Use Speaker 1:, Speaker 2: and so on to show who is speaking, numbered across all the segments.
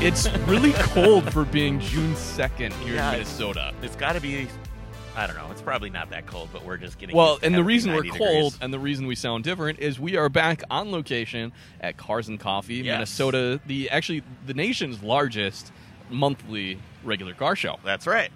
Speaker 1: it's really cold for being June 2nd here
Speaker 2: Yeah,
Speaker 1: in
Speaker 2: it's-
Speaker 1: Minnesota.
Speaker 2: It's got to be. I don't know. It's probably not that cold, but we're just getting.
Speaker 1: Well,
Speaker 2: used to
Speaker 1: and the
Speaker 2: having
Speaker 1: reason we're
Speaker 2: 90
Speaker 1: cold
Speaker 2: degrees.
Speaker 1: and the reason we sound different is we are back on location at Cars and Coffee,
Speaker 2: Yes.
Speaker 1: Minnesota, the actually the nation's largest monthly regular car show.
Speaker 2: That's right.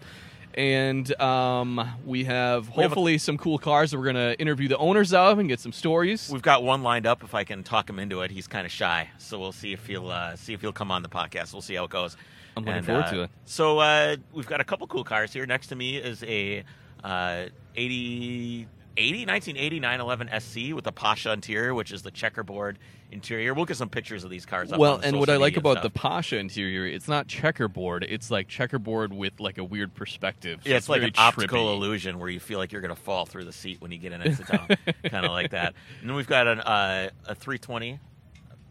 Speaker 1: And um, we have
Speaker 2: We have a-
Speaker 1: hopefully some cool cars that we're going to interview the owners of and get some stories.
Speaker 2: We've got one lined up. If I can talk him into it, he's kind of shy, so we'll see if he'll uh, see if he'll come on the podcast. We'll see how it goes.
Speaker 1: I'm looking forward
Speaker 2: uh,
Speaker 1: to it.
Speaker 2: So uh, we've got a couple cool cars here. Next to me is a uh, 80, 80 1989 11 SC with a Pasha interior, which is the checkerboard interior. We'll get some pictures of these cars. Up
Speaker 1: Well,
Speaker 2: on
Speaker 1: and
Speaker 2: social
Speaker 1: what I like
Speaker 2: media
Speaker 1: about
Speaker 2: stuff.
Speaker 1: the Pasha interior, it's not checkerboard. It's like checkerboard with like a weird perspective. So
Speaker 2: Yeah, it's, like
Speaker 1: very
Speaker 2: an optical
Speaker 1: trippy.
Speaker 2: illusion where you feel like you're going to fall through the seat when you get in and sit down, kind of like that. And then we've got an, uh, a 320,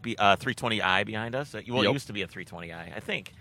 Speaker 2: be- uh, 320i behind us. Uh, Well, it
Speaker 1: Yep.
Speaker 2: used to be a 320i, I think,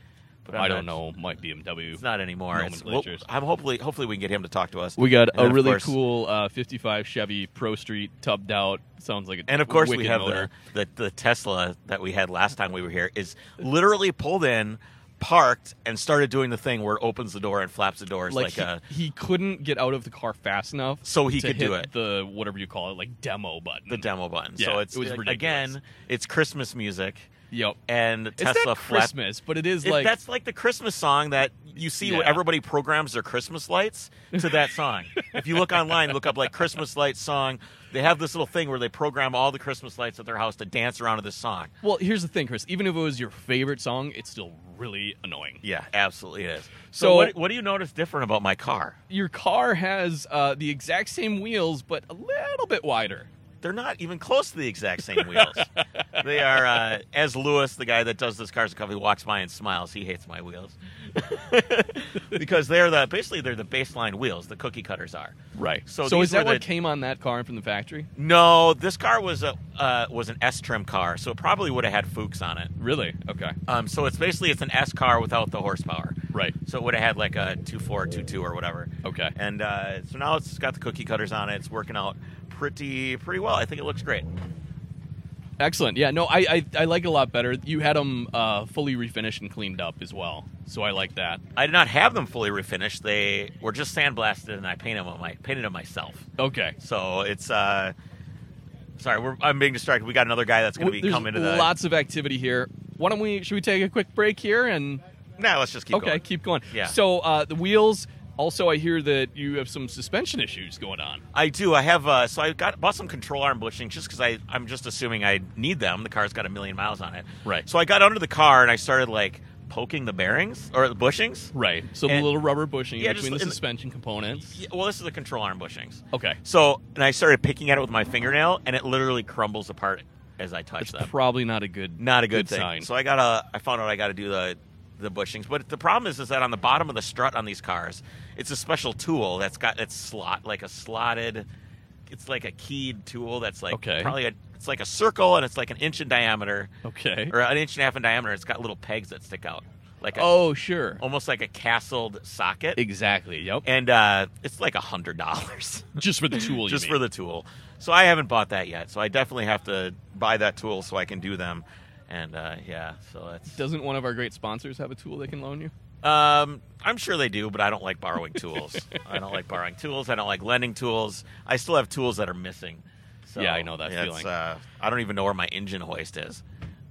Speaker 2: but I'm
Speaker 1: I don't
Speaker 2: not-
Speaker 1: know. Might BMW.
Speaker 2: It's not anymore. It's, well,
Speaker 1: Nomenclatures.
Speaker 2: I'm hopefully hopefully we can get him to talk to us.
Speaker 1: We got
Speaker 2: And then,
Speaker 1: a
Speaker 2: of
Speaker 1: really
Speaker 2: course-
Speaker 1: cool uh, 55 Chevy Pro Street tubbed out. Sounds like a
Speaker 2: And of course, we
Speaker 1: wicked
Speaker 2: have
Speaker 1: motor.
Speaker 2: the, the the Tesla that we had last time we were here is literally pulled in, parked, and started doing the thing where it opens the door and flaps the doors like,
Speaker 1: he,
Speaker 2: a
Speaker 1: he couldn't get out of the car fast enough,
Speaker 2: So he
Speaker 1: to
Speaker 2: could do
Speaker 1: hit
Speaker 2: it.
Speaker 1: The whatever you call it, like demo button.
Speaker 2: the demo button. so
Speaker 1: Yeah,
Speaker 2: it's
Speaker 1: it was ridiculous.
Speaker 2: again, it's Christmas music.
Speaker 1: Yep.
Speaker 2: and
Speaker 1: It's
Speaker 2: Tesla
Speaker 1: not
Speaker 2: flap.
Speaker 1: Christmas, but it is
Speaker 2: It-
Speaker 1: like
Speaker 2: that's like the Christmas song that you see where
Speaker 1: Yeah.
Speaker 2: everybody programs their Christmas lights to that song. if you look online, look up like Christmas lights song. They have this little thing where they program all the Christmas lights at their house to dance around to this song.
Speaker 1: Well, here's the thing, Chris. Even if it was your favorite song, it's still really annoying.
Speaker 2: Yeah, absolutely it is. So,
Speaker 1: So-
Speaker 2: what, what do you notice different about my car?
Speaker 1: Your car has uh, the exact same wheels, but a little bit wider.
Speaker 2: They're not even close to the exact same wheels. they are, uh, as Lewis, the guy that does this cars and coffee, walks by and smiles. He hates my wheels because they're the basically they're the baseline wheels. The cookie cutters are.
Speaker 1: Right.
Speaker 2: So
Speaker 1: So,
Speaker 2: these
Speaker 1: is that
Speaker 2: were the-
Speaker 1: what came on that car from the factory?
Speaker 2: No, this car was a uh, was an S trim car, so it probably would have had Fuchs on it.
Speaker 1: Really? Okay.
Speaker 2: Um, so it's basically it's an S car without the horsepower.
Speaker 1: Right.
Speaker 2: So it would have had like a two four, two two, or whatever.
Speaker 1: Okay.
Speaker 2: And uh, so now it's got the cookie cutters on it. It's working out pretty pretty well. I think it looks great.
Speaker 1: Excellent. Yeah. No, I I, I like it a lot better. You had them uh, fully refinished and cleaned up as well, so I like that.
Speaker 2: I did not have them fully refinished. They were just sandblasted, and I painted them my painted them myself.
Speaker 1: Okay.
Speaker 2: So it's uh, sorry, we're, I'm being distracted. We got another guy that's going to
Speaker 1: W-
Speaker 2: be
Speaker 1: There's
Speaker 2: coming to the.
Speaker 1: lots of activity here. Why don't we? Should we take a quick break here and?
Speaker 2: Nah, let's just keep
Speaker 1: okay,
Speaker 2: going.
Speaker 1: keep going.
Speaker 2: Yeah.
Speaker 1: So uh, the wheels. Also, I hear that you have some suspension issues going on.
Speaker 2: I do. I have. Uh, so I got bought some control arm bushings just because I I'm just assuming I need them. The car's got a million miles on it.
Speaker 1: Right.
Speaker 2: So I got under the car and I started like poking the bearings or the bushings.
Speaker 1: Right. So the
Speaker 2: And-
Speaker 1: little rubber bushing
Speaker 2: Yeah,
Speaker 1: between
Speaker 2: just
Speaker 1: the
Speaker 2: in the-
Speaker 1: suspension components.
Speaker 2: Yeah, well, this is the control arm bushings.
Speaker 1: Okay.
Speaker 2: So and I started picking at it with my fingernail and it literally crumbles apart as I touch
Speaker 1: That's
Speaker 2: them.
Speaker 1: probably not a good.
Speaker 2: Not a good, thing.
Speaker 1: sign.
Speaker 2: So I gotta. I found out I gotta do the the bushings. But the problem is, is that on the bottom of the strut on these cars, it's a special tool that's got its slot like a slotted. It's like a keyed tool that's like
Speaker 1: Okay.
Speaker 2: probably a. It's like a circle and it's like an inch in diameter
Speaker 1: okay.
Speaker 2: or an inch and a half in diameter. It's got little pegs that stick out, like a,
Speaker 1: Oh, sure.
Speaker 2: almost like a castled socket.
Speaker 1: Exactly. Yep.
Speaker 2: and uh, it's like a hundred dollars
Speaker 1: Just for the tool. you
Speaker 2: just
Speaker 1: mean.
Speaker 2: for the tool. So I haven't bought that yet. So I definitely have to buy that tool so I can do them. And uh, yeah, so that's.
Speaker 1: Doesn't one of our great sponsors have a tool they can loan you?
Speaker 2: Um, I'm sure they do, but I don't like borrowing tools. I don't like borrowing tools. I don't like lending tools. I still have tools that are missing. So
Speaker 1: Yeah, I know that
Speaker 2: it's,
Speaker 1: feeling.
Speaker 2: Uh, I don't even know where my engine hoist is.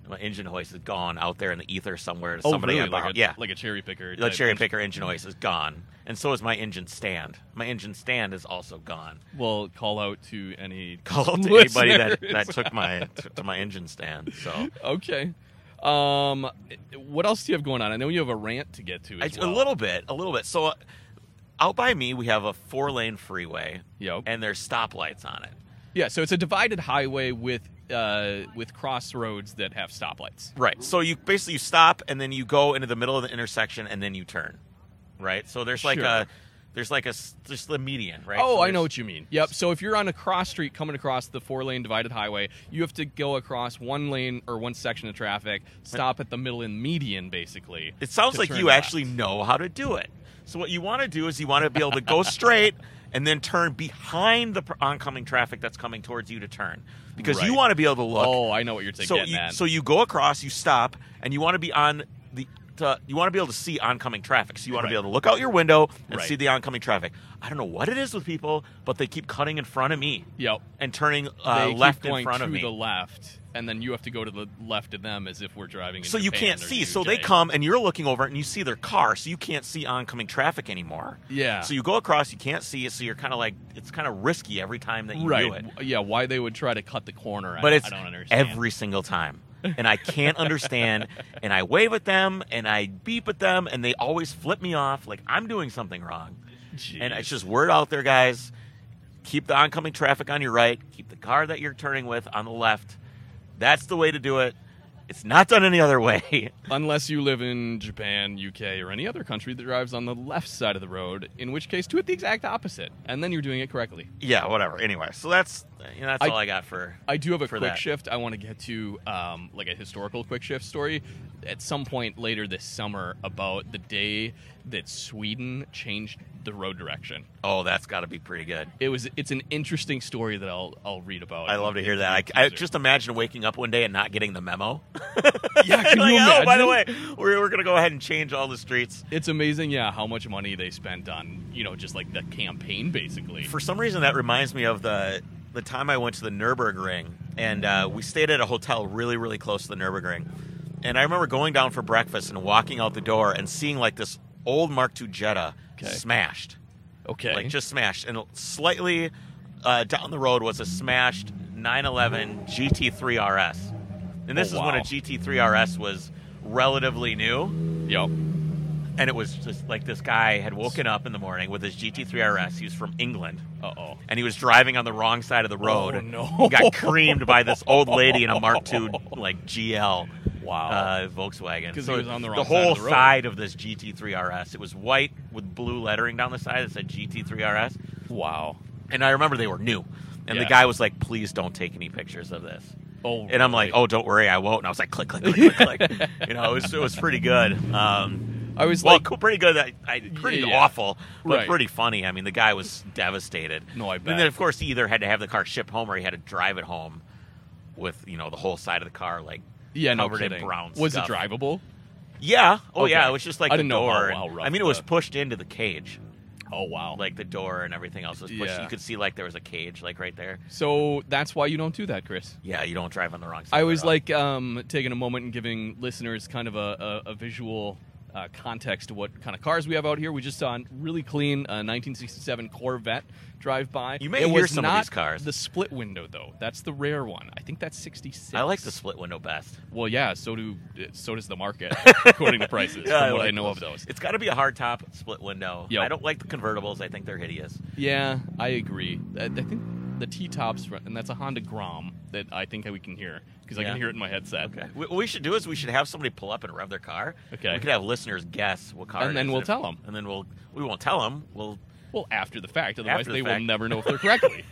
Speaker 2: My engine hoist is gone out there in the ether somewhere. Somebody had
Speaker 1: Oh, Like
Speaker 2: borrowed-
Speaker 1: a,
Speaker 2: Oh, yeah,
Speaker 1: like a cherry picker.
Speaker 2: the
Speaker 1: type
Speaker 2: cherry
Speaker 1: engine.
Speaker 2: picker engine hoist is gone, and so is my engine stand. My engine stand is also gone.
Speaker 1: Well, call out to any
Speaker 2: Call out to
Speaker 1: listeners.
Speaker 2: anybody that, that took my to my engine stand. So
Speaker 1: okay. Um, what else do you have going on? I know you have a rant to get to.
Speaker 2: I,
Speaker 1: As
Speaker 2: a
Speaker 1: well.
Speaker 2: little bit, a little bit. So uh, out by me, we have a four lane freeway,
Speaker 1: Yep.
Speaker 2: and there's stoplights on it.
Speaker 1: Yeah, so it's a divided highway with uh, with crossroads that have stoplights.
Speaker 2: Right. So you basically you stop and then you go into the middle of the intersection and then you turn. Right. So there's like
Speaker 1: Sure.
Speaker 2: a there's like a s- there's the median. Right.
Speaker 1: Oh,
Speaker 2: So
Speaker 1: I know
Speaker 2: there's-
Speaker 1: what you mean. Yep. So if you're on a cross street coming across the four lane divided highway, you have to go across one lane or one section of traffic, stop at the middle and median, basically.
Speaker 2: It sounds
Speaker 1: to
Speaker 2: like
Speaker 1: turn
Speaker 2: you
Speaker 1: left.
Speaker 2: actually know how to do it. So what you want to do is you want to be able to go straight and then turn behind the pr- oncoming traffic that's coming towards you to turn because you
Speaker 1: Right.
Speaker 2: want to be able to look.
Speaker 1: Oh, I know what you're
Speaker 2: so
Speaker 1: thinking.
Speaker 2: you, so you go across, you stop, and you want to be on the to you want to be able to see oncoming traffic. So you want to be
Speaker 3: Right.
Speaker 2: able to look out your window and
Speaker 3: Right.
Speaker 2: see the oncoming traffic. I don't know what it is with people, but they keep cutting in front of me
Speaker 1: Yep.
Speaker 2: and turning uh,
Speaker 1: they keep
Speaker 2: left
Speaker 1: going
Speaker 2: in front
Speaker 1: to
Speaker 2: of me.
Speaker 1: the left, and then you have to go to the left of them as if we're driving. in
Speaker 2: so you
Speaker 1: Japan
Speaker 2: can't
Speaker 1: or
Speaker 2: see. So
Speaker 1: UK.
Speaker 2: they come and you're looking over and you see their car, so you can't see oncoming traffic anymore.
Speaker 1: Yeah.
Speaker 2: So you go across, you can't see it, so you're kind of like it's kind of risky every time that you
Speaker 1: right.
Speaker 2: do it.
Speaker 1: W- Yeah. Why they would try to cut the corner?
Speaker 2: But
Speaker 1: I,
Speaker 2: it's
Speaker 1: I don't understand.
Speaker 2: every single time. And I can't understand. And I wave at them and I beep at them and they always flip me off like I'm doing something wrong. And
Speaker 1: Jeez.
Speaker 2: it's just word out there, guys. Keep the oncoming traffic on your right. Keep the car that you're turning with on the left. That's the way to do it. It's not done any other way.
Speaker 1: unless you live in Japan, UK, or any other country that drives on the left side of the road, in which case do it the exact opposite, and then you're doing it correctly.
Speaker 2: yeah, whatever. Anyway, so that's you know, that's
Speaker 1: I-
Speaker 2: all I got for.
Speaker 1: I do have a
Speaker 2: For
Speaker 1: quick
Speaker 2: that.
Speaker 1: shift. I want to get to um, like a historical quick shift story at some point later this summer about the day that Sweden changed the road direction.
Speaker 2: Oh, that's got to be pretty good.
Speaker 1: It was it's an interesting story that I'll I'll read about.
Speaker 2: I love to hear that. I, I just imagine waking up one day and not getting the memo.
Speaker 1: yeah. Can
Speaker 2: Like,
Speaker 1: you
Speaker 2: oh, by the
Speaker 1: imagine?
Speaker 2: way, we're, we're going to go ahead and change all the streets.
Speaker 1: It's amazing, yeah, how much money they spent on you know just like the campaign basically.
Speaker 2: For some reason, that reminds me of the the time I went to the Nurburgring, and uh, we stayed at a hotel really, really close to the Nurburgring. And I remember going down for breakfast and walking out the door and seeing like this old Mark II Jetta
Speaker 1: Okay.
Speaker 2: smashed,
Speaker 1: okay,
Speaker 2: like just smashed, and slightly uh, down the road was a smashed 911 GT3 RS. And this
Speaker 1: Oh,
Speaker 2: is when a
Speaker 1: wow.
Speaker 2: GT3 RS was relatively new.
Speaker 1: yep.
Speaker 2: And it was just like this guy had woken up in the morning with his GT3 RS. He was from England.
Speaker 1: Uh oh.
Speaker 2: And he was driving on the wrong side of the road.
Speaker 1: Oh, no.
Speaker 2: He got creamed by this old lady in a Mark II like GL
Speaker 1: Wow.
Speaker 2: uh, Volkswagen.
Speaker 1: 'Cause he was on the wrong side
Speaker 2: whole
Speaker 1: of the road.
Speaker 2: side of this GT3 RS. It was white with blue lettering down the side that said GT3 RS.
Speaker 1: wow.
Speaker 2: And I remember they were new. And the
Speaker 1: Yeah.
Speaker 2: guy was like, "Please don't take any pictures of this."
Speaker 1: Oh,
Speaker 2: and I'm like,
Speaker 1: really?
Speaker 2: "Oh, don't worry, I won't." And I was like, "Click, click, click, click, click." You know, it was it was pretty good. Um,
Speaker 1: I was
Speaker 2: well,
Speaker 1: like,
Speaker 2: cool, pretty good. I, I pretty
Speaker 1: Yeah.
Speaker 2: awful, but
Speaker 1: Right.
Speaker 2: pretty funny. I mean, the guy was devastated.
Speaker 1: No, I
Speaker 2: And
Speaker 1: bet.
Speaker 2: then, of course, he either had to have the car shipped home or he had to drive it home with you know the whole side of the car like
Speaker 1: yeah, no
Speaker 2: covered in
Speaker 1: kidding.
Speaker 2: brown
Speaker 1: was
Speaker 2: stuff.
Speaker 1: it drivable?
Speaker 2: Yeah. Oh
Speaker 1: Okay.
Speaker 2: yeah. It was just like
Speaker 1: I
Speaker 2: the
Speaker 1: didn't know how-
Speaker 2: door.
Speaker 1: how rough
Speaker 2: I mean, it was
Speaker 1: the-
Speaker 2: pushed into the cage,
Speaker 1: Oh wow.
Speaker 2: like the door and everything else was pushed.
Speaker 1: Yeah.
Speaker 2: You could see like there was a cage like right there.
Speaker 1: so that's why you don't do that, Chris.
Speaker 2: Yeah, you don't drive on the wrong side.
Speaker 1: I
Speaker 2: of the
Speaker 1: was
Speaker 2: road.
Speaker 1: like um, taking a moment and giving listeners kind of a, a, a visual uh, context to what kind of cars we have out here. We just saw a really clean uh, 1967 Corvette drive by.
Speaker 2: You may
Speaker 1: it
Speaker 2: hear
Speaker 1: was
Speaker 2: some of
Speaker 1: not
Speaker 2: these cars.
Speaker 1: The split window though, that's the rare one. I think that's 66.
Speaker 2: I like the split window best.
Speaker 1: Well, yeah. So do uh, so does the market according to prices.
Speaker 2: Yeah,
Speaker 1: from what
Speaker 2: like
Speaker 1: I know of those.
Speaker 2: It's got to be a hard top split window.
Speaker 1: Yep.
Speaker 2: I don't like the convertibles. I think they're hideous.
Speaker 1: Yeah, I agree. I, I think the T tops, and that's a Honda Grom that I think we can hear because I
Speaker 2: Yeah.
Speaker 1: can hear it in my headset.
Speaker 2: Okay. What we should do is we should have somebody pull up and rev their car.
Speaker 1: Okay.
Speaker 2: We could have listeners guess what car.
Speaker 1: And
Speaker 2: it
Speaker 1: then
Speaker 2: is.
Speaker 1: we'll
Speaker 2: if-
Speaker 1: tell 'em.
Speaker 2: And then we'll we won't tell them. We'll.
Speaker 1: Well, after the fact, otherwise
Speaker 2: After the
Speaker 1: they
Speaker 2: fact.
Speaker 1: will never know if they're correctly.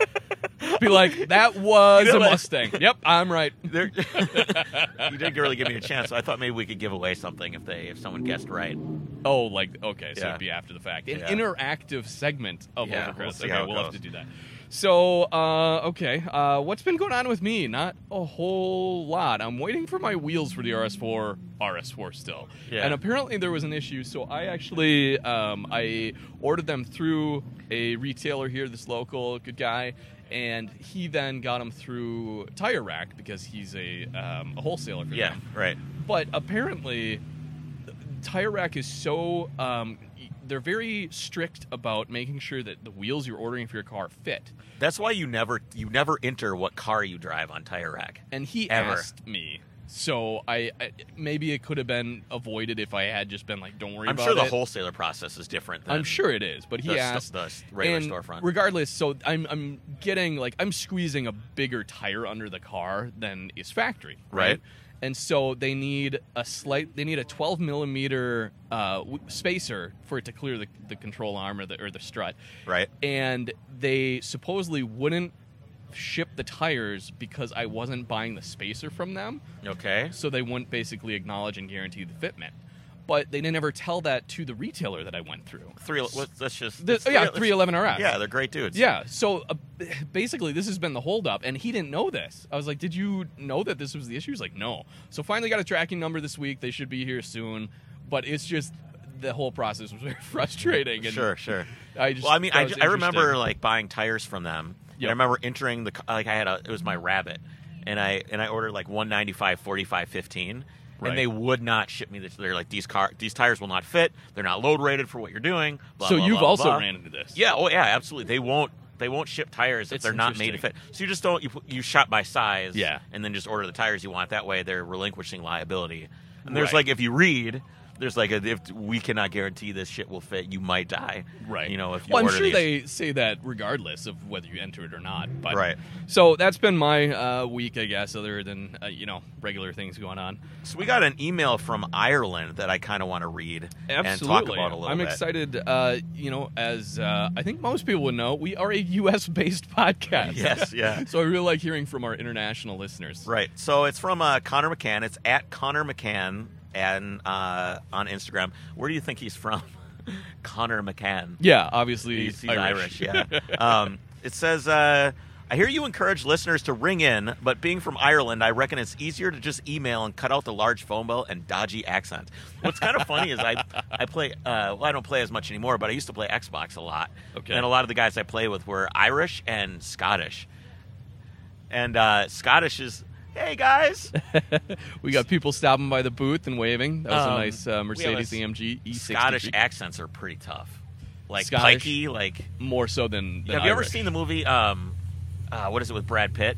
Speaker 1: Be like, that was
Speaker 2: You know
Speaker 1: a
Speaker 2: what?
Speaker 1: Mustang. yep, I'm right.
Speaker 2: There, you did really give me a chance. So I thought maybe we could give away something if they if someone guessed right.
Speaker 1: Oh, like okay, so
Speaker 2: Yeah.
Speaker 1: it'd be after the fact. An
Speaker 2: Yeah.
Speaker 1: interactive segment of
Speaker 2: Yeah,
Speaker 1: Overcrest.
Speaker 2: we'll see
Speaker 1: okay,
Speaker 2: how it
Speaker 1: we'll have
Speaker 2: goes.
Speaker 1: to do that. So, uh, okay, uh, what's been going on with me? Not a whole lot. I'm waiting for my wheels for the RS4, RS4 still.
Speaker 2: Yeah.
Speaker 1: And apparently there was an issue, so I actually um, I ordered them through a retailer here, this local good guy, and he then got them through Tire Rack because he's a, um, a wholesaler for
Speaker 2: Yeah.
Speaker 1: them
Speaker 2: Right.
Speaker 1: but apparently tire rack is so um, they're very strict about making sure that the wheels you're ordering for your car fit
Speaker 2: That's why you never you never enter what car you drive on Tire Rack.
Speaker 1: and he
Speaker 2: Ever.
Speaker 1: asked me so I, I maybe it could have been avoided if i had just been like don't worry
Speaker 2: I'm
Speaker 1: about
Speaker 2: sure the
Speaker 1: it.
Speaker 2: wholesaler process is different. Than
Speaker 1: i'm sure it is but he
Speaker 2: the,
Speaker 1: asked
Speaker 2: the regular
Speaker 1: and
Speaker 2: storefront.
Speaker 1: Regardless, so I'm I'm getting like I'm squeezing a bigger tire under the car than is factory, right?
Speaker 2: Right.
Speaker 1: And so they need a slight they need a 12 millimeter uh, w- spacer for it to clear the, the control arm or the or the strut,
Speaker 2: right.
Speaker 1: and they supposedly wouldn't ship the tires because I wasn't buying the spacer from them
Speaker 2: Okay.
Speaker 1: so they wouldn't basically acknowledge and guarantee the fitment. But they didn't ever tell that to the retailer that I went through.
Speaker 2: Three. Let's, let's just.
Speaker 1: The,
Speaker 2: it's
Speaker 1: oh, yeah,
Speaker 2: let's-
Speaker 1: 311 RS.
Speaker 2: Yeah, they're great dudes.
Speaker 1: Yeah. So uh, basically, this has been the holdup, and he didn't know this. I was like, "Did you know that this was the issue?" He's like, "No." So finally, got a tracking number this week. They should be here soon. but it's just the whole process was very frustrating. And
Speaker 2: Sure, sure.
Speaker 1: I just
Speaker 2: well, I mean,
Speaker 1: thought it
Speaker 2: I,
Speaker 1: was
Speaker 2: I remember
Speaker 1: interesting.
Speaker 2: like buying tires from them. And
Speaker 1: Yep.
Speaker 2: I remember entering the c- like I had a it was my rabbit, and I and I ordered like 195, 45, 15,
Speaker 1: Right.
Speaker 2: and they would not ship me this. They're like these car these tires will not fit. They're not load rated for what you're doing. Blah,
Speaker 1: so
Speaker 2: blah,
Speaker 1: you've
Speaker 2: blah,
Speaker 1: also
Speaker 2: blah.
Speaker 1: ran into this.
Speaker 2: Yeah. Oh yeah. Absolutely. They won't. They won't ship tires if
Speaker 1: It's
Speaker 2: they're not made to fit.
Speaker 1: interesting.
Speaker 2: So you just don't. You put- you shop by size.
Speaker 1: Yeah.
Speaker 2: And then just order the tires you want. That way they're relinquishing liability. And there's
Speaker 1: Right.
Speaker 2: like if you read. There's like a, if we cannot guarantee this shit will fit, you might die.
Speaker 1: Right.
Speaker 2: You know if you
Speaker 1: well, I'm
Speaker 2: order
Speaker 1: sure
Speaker 2: these.
Speaker 1: they say that regardless of whether you enter it or not. But
Speaker 2: Right.
Speaker 1: So that's been my uh, week, I guess, other than uh, you know regular things going on.
Speaker 2: So we got an email from Ireland that I kind of want to read and talk
Speaker 1: Absolutely.
Speaker 2: about a little
Speaker 1: I'm
Speaker 2: bit.
Speaker 1: excited. Uh, you know, as uh, I think most people would know, we are a U.S. based podcast.
Speaker 2: Yes, yeah.
Speaker 1: so I really like hearing from our international listeners.
Speaker 2: Right. So it's from uh, Connor McCann. It's at Connor McCann and uh, on Instagram. Where do you think he's from? Connor McCann.
Speaker 1: Yeah, obviously
Speaker 2: He's, he's Irish. yeah. Um, it says, uh, I hear you encourage listeners to ring in, but being from Ireland, I reckon it's easier to just email and cut out the large phone bill and dodgy accent. What's kind of funny is I, I play, uh, well, I don't play as much anymore, but I used to play Xbox a lot.
Speaker 1: Okay.
Speaker 2: And a lot of the guys I play with were Irish and Scottish. And uh, Scottish is, hey guys,
Speaker 1: we got people stopping by the booth and waving. That was
Speaker 2: Um,
Speaker 1: a nice uh,
Speaker 2: we have a
Speaker 1: Mercedes
Speaker 2: s-
Speaker 1: AMG E60.
Speaker 2: Scottish accents are pretty tough. Like
Speaker 1: Scottish.
Speaker 2: pikey, like.
Speaker 1: more so than. than
Speaker 2: Have you ever
Speaker 1: Irish.
Speaker 2: seen the movie? Um, uh, what is it with Brad Pitt,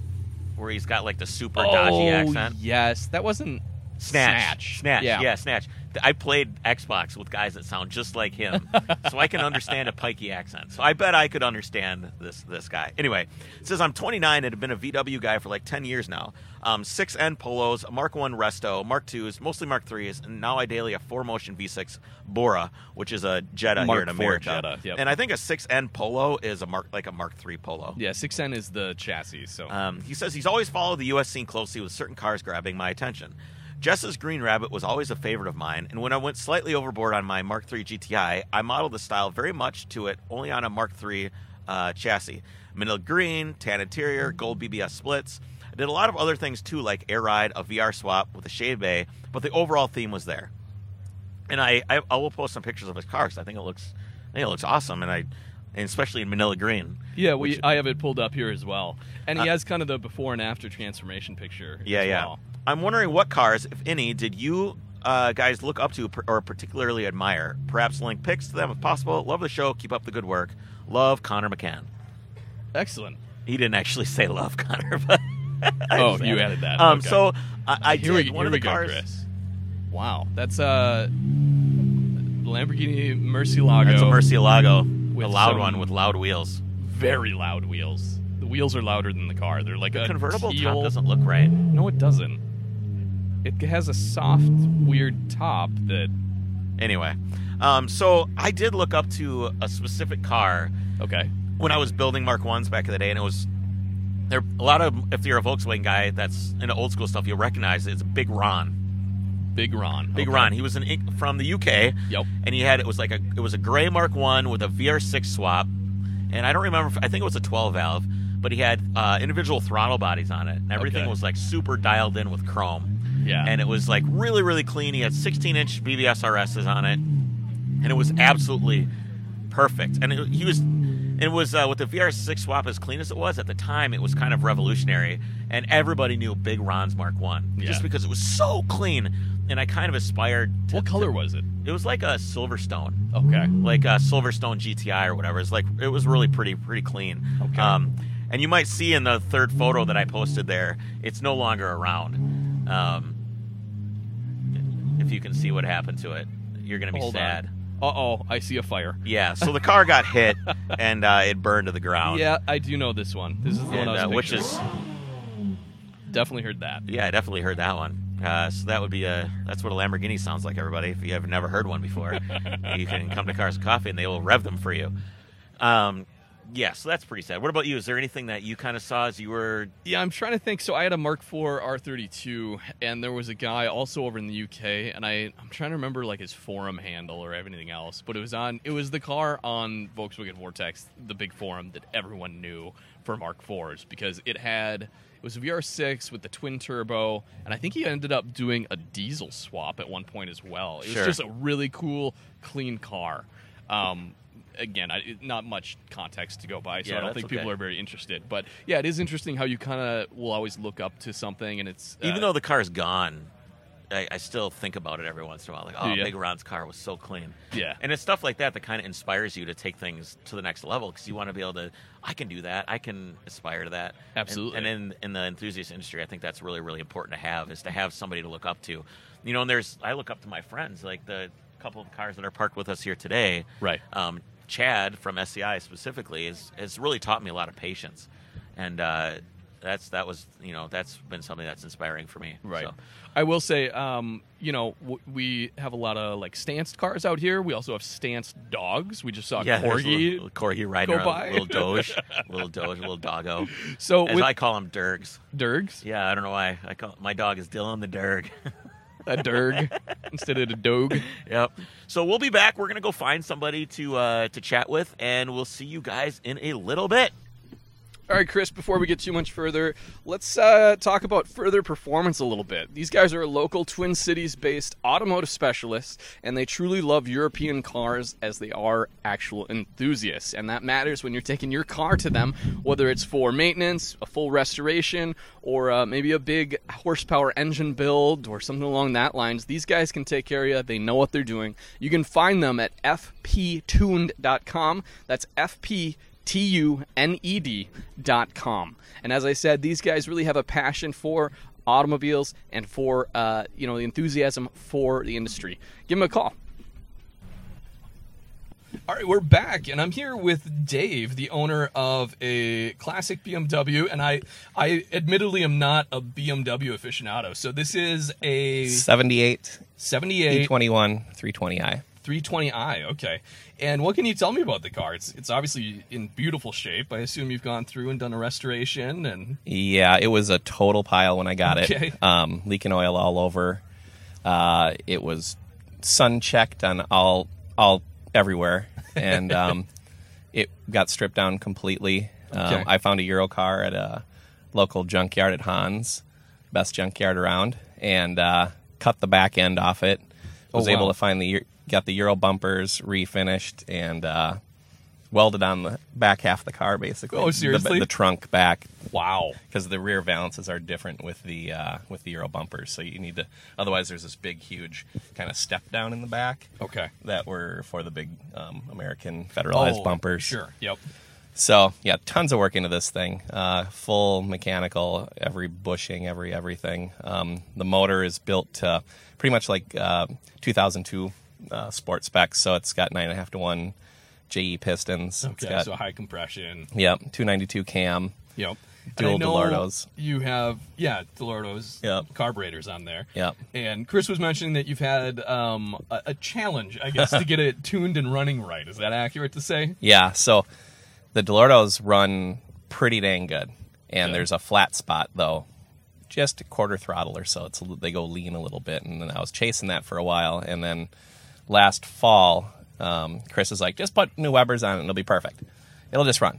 Speaker 2: where he's got like the super
Speaker 1: oh,
Speaker 2: dodgy accent?
Speaker 1: Yes, that wasn't
Speaker 2: Snatch, snatch,
Speaker 1: Yeah.
Speaker 2: yeah. snatch. Th- I played Xbox with guys that sound just like him, so I can understand a pikey accent. So I bet I could understand this this guy. Anyway, it says I'm 29 and have been a VW guy for like 10 years now. Um, six N Polos, a Mark One Resto, Mark Twos, mostly Mark Threes, and now I daily a four motion V6 Bora, which is a Jetta
Speaker 1: Mark
Speaker 2: here in
Speaker 1: IV
Speaker 2: America.
Speaker 1: Jetta, yep.
Speaker 2: And I think a six N Polo is a Mark like a Mark Three Polo.
Speaker 1: Yeah, six N is the chassis. So
Speaker 2: Um, he says he's always followed the U.S. scene closely with certain cars grabbing my attention. Jess's Green Rabbit was always a favorite of mine, and when I went slightly overboard on my Mark III GTI, I modeled the style very much to it only on a Mark III uh, chassis. Manila green, tan interior, gold BBS splits. I did a lot of other things too, like air ride, a VR swap with a shade bay, but the overall theme was there and I, I I will post some pictures of his car because I think it looks I think it looks awesome, and I and especially in Manila Green.
Speaker 1: yeah, we
Speaker 2: which-
Speaker 1: I have it pulled up here as well, and he
Speaker 2: Uh,
Speaker 1: has kind of the before and after transformation picture.
Speaker 2: Yeah,
Speaker 1: as
Speaker 2: yeah.
Speaker 1: well.
Speaker 2: I'm wondering what cars, if any, did you uh, guys look up to or particularly admire? Perhaps link pics to them if possible. Love the show. Keep up the good work. Love Connor McCann.
Speaker 1: Excellent.
Speaker 2: He didn't actually say love Connor, but I
Speaker 1: Oh,
Speaker 2: just
Speaker 1: you added that.
Speaker 2: Um,
Speaker 1: Okay.
Speaker 2: so I, I
Speaker 1: here
Speaker 2: did
Speaker 1: we,
Speaker 2: one
Speaker 1: here
Speaker 2: of
Speaker 1: we
Speaker 2: the
Speaker 1: go,
Speaker 2: cars.
Speaker 1: Chris. Wow, that's uh, Lamborghini Murcielago.
Speaker 2: That's a Murcielago, a
Speaker 1: With
Speaker 2: loud
Speaker 1: some-
Speaker 2: one with loud wheels.
Speaker 1: Very loud wheels. The wheels are louder than the car. They're like a
Speaker 2: Convertible
Speaker 1: teal-
Speaker 2: top doesn't look right.
Speaker 1: No, it doesn't. It has a soft, weird top that.
Speaker 2: Anyway, um, so I did look up to a specific car
Speaker 1: Okay.
Speaker 2: when I was building Mark Ones back in the day, and it was there a lot of if you're a Volkswagen guy that's into old school stuff, you'll recognize it. it's Big Ron.
Speaker 1: Big Ron.
Speaker 2: Big
Speaker 1: okay.
Speaker 2: Ron. He was an Eng- from the UK,
Speaker 1: Yep.
Speaker 2: and he had it was like a it was a gray Mark One with a VR6 swap, and I don't remember. if- I think it was a 12 valve, but he had uh, individual throttle bodies on it, and everything
Speaker 1: Okay.
Speaker 2: was like super dialed in with chrome.
Speaker 1: Yeah.
Speaker 2: And it was like really, really clean. He had 16 inch BBS RSs on it, and it was absolutely perfect. And it, he was, it was uh, with the VR6 swap as clean as it was at the time. It was kind of revolutionary, and everybody knew Big Ron's Mark One
Speaker 1: Yeah.
Speaker 2: just because it was so clean. And I kind of aspired. To,
Speaker 1: What color was it?
Speaker 2: It was like a Silverstone
Speaker 1: Okay.
Speaker 2: like a
Speaker 1: Mm-hmm.
Speaker 2: Silverstone GTI or whatever. It's like it was really pretty, pretty clean.
Speaker 1: Okay.
Speaker 2: Um, and you might see in the third photo that I posted there, it's no longer around. Um, if you can see what happened to it, you're gonna be
Speaker 1: Hold
Speaker 2: sad.
Speaker 1: on. Uh oh, I see a fire.
Speaker 2: Yeah. So the car got hit and uh, it burned to the ground.
Speaker 1: Yeah, I do know this one. This is the one
Speaker 2: And,
Speaker 1: I was
Speaker 2: uh, which
Speaker 1: picturing.
Speaker 2: is
Speaker 1: definitely heard that.
Speaker 2: yeah, I definitely heard that one. Uh, so that would be a that's what a Lamborghini sounds like, everybody. If you have never heard one before, you can come to Cars and Coffee and they will rev them for you. Um, yeah, so that's pretty sad. What about you? Is there anything that you kind of saw as you were?
Speaker 1: Yeah, I'm trying to think. So I had a Mark IV R32, and there was a guy also over in the UK, and I I'm trying to remember like his forum handle or anything else, but it was on it was the car on Volkswagen Vortex, the big forum that everyone knew for Mark IVs because it had it was a VR6 with the twin turbo, and I think he ended up doing a diesel swap at one point as well. It
Speaker 2: Sure.
Speaker 1: was just a really cool, clean car. Um, again, I, not much context to go by, so
Speaker 2: Yeah,
Speaker 1: I don't
Speaker 2: that's
Speaker 1: think people
Speaker 2: okay.
Speaker 1: are very interested. But yeah, it is interesting how you kind of will always look up to something, and it's uh,
Speaker 2: Even though the car's gone, I, I still think about it every once in a while. Like, oh,
Speaker 1: ya?
Speaker 2: Big Ron's car was so clean.
Speaker 1: yeah,
Speaker 2: And it's stuff like that that kind of inspires you to take things to the next level because you want to be able to, I can do that. I can aspire to that. And-
Speaker 1: Absolutely.
Speaker 2: And, in, in the enthusiast industry, I think that's really, really important to have is to have somebody to look up to. You know, and there's, I look up to my friends, like the couple of cars that are parked with us here today.
Speaker 1: right,
Speaker 2: Um, Chad from SCI specifically is, has really taught me a lot of patience. And, uh, that's that was you know that's been something that's inspiring for me.
Speaker 1: right.
Speaker 2: So,
Speaker 1: I will say, um, you know, w- we have a lot of like stanced cars out here. We also have stanced dogs. We just saw a
Speaker 2: yeah, there's a
Speaker 1: corgi.
Speaker 2: little, corgi riding
Speaker 1: go
Speaker 2: around,
Speaker 1: by.
Speaker 2: little doge, little doge, little doggo.
Speaker 1: so
Speaker 2: As
Speaker 1: with
Speaker 2: I call him, Dergs.
Speaker 1: dergs,
Speaker 2: Yeah, I don't know why. I call my dog is Dylan the Derg.
Speaker 1: a derg instead of a dog.
Speaker 2: yep. So we'll be back. We're gonna go find somebody to uh, to chat with, and we'll see you guys in a little bit.
Speaker 1: All right, Chris, before we get too much further, let's uh, talk about further performance a little bit. These guys are local Twin Cities based automotive specialists, and they truly love European cars as they are actual enthusiasts. And that matters when you're taking your car to them, whether it's for maintenance, a full restoration, or uh, maybe a big horsepower engine build or something along that lines. These guys can take care of you, they know what they're doing. You can find them at fptuned.com. That's FP. T U N E D dot com. And as I said, these guys really have a passion for automobiles and for, uh, you know, the enthusiasm for the industry. Give them a call. All right, we're back, and I'm here with Dave, the owner of a classic BMW. And I, I admittedly am not a BMW aficionado, so this is a
Speaker 3: 78
Speaker 1: 78
Speaker 3: 321 320i
Speaker 1: 320i. Okay. And what can you tell me about the car? It's it's obviously in beautiful shape. I assume you've gone through and done a restoration and
Speaker 3: yeah it was a total pile when i got
Speaker 1: Okay.
Speaker 3: it um, leaking oil all over uh, it was sun checked on all all everywhere and um, it got stripped down completely um,
Speaker 1: Okay.
Speaker 3: i found a euro car at a local junkyard at hans best junkyard around and uh, cut the back end off it was
Speaker 1: Oh, wow.
Speaker 3: able to find the Eu- got the euro bumpers refinished and uh, welded on the back half of the car basically
Speaker 1: Oh,
Speaker 3: The-
Speaker 1: seriously?
Speaker 3: the, trunk back
Speaker 1: wow.
Speaker 3: because the rear valances are different with the uh, with the euro bumpers so you need to otherwise there's this big huge kind of step down in the back
Speaker 1: Okay. Oh,
Speaker 3: that were for the big um, american federalized bumpers
Speaker 1: Sure. Yep.
Speaker 3: so yeah tons of work into this thing uh, full mechanical every bushing every everything um, the motor is built to pretty much like uh, 2002 uh, sport specs so it's got 9.5 to 1 je pistons it's
Speaker 1: Okay.
Speaker 3: got
Speaker 1: so high compression.
Speaker 3: Yep, 292 cam.
Speaker 1: Yep.
Speaker 3: Dual
Speaker 1: And I know
Speaker 3: Delortos.
Speaker 1: You have yeah, Delortos
Speaker 3: Yep.
Speaker 1: carburetors on there.
Speaker 3: Yep.
Speaker 1: And Chris was mentioning that you've had um, a, a challenge, I guess, to get it tuned and running right. Is that accurate to say?
Speaker 3: Yeah, so the Delortos run pretty dang good.
Speaker 1: Yeah.
Speaker 3: And there's a flat spot though, just a quarter throttle or so. It's a, li- they go lean a little bit, and then I was chasing that for a while, and then last fall, um, Chris is like, just put new Webers on it, and it'll be perfect. It'll just run.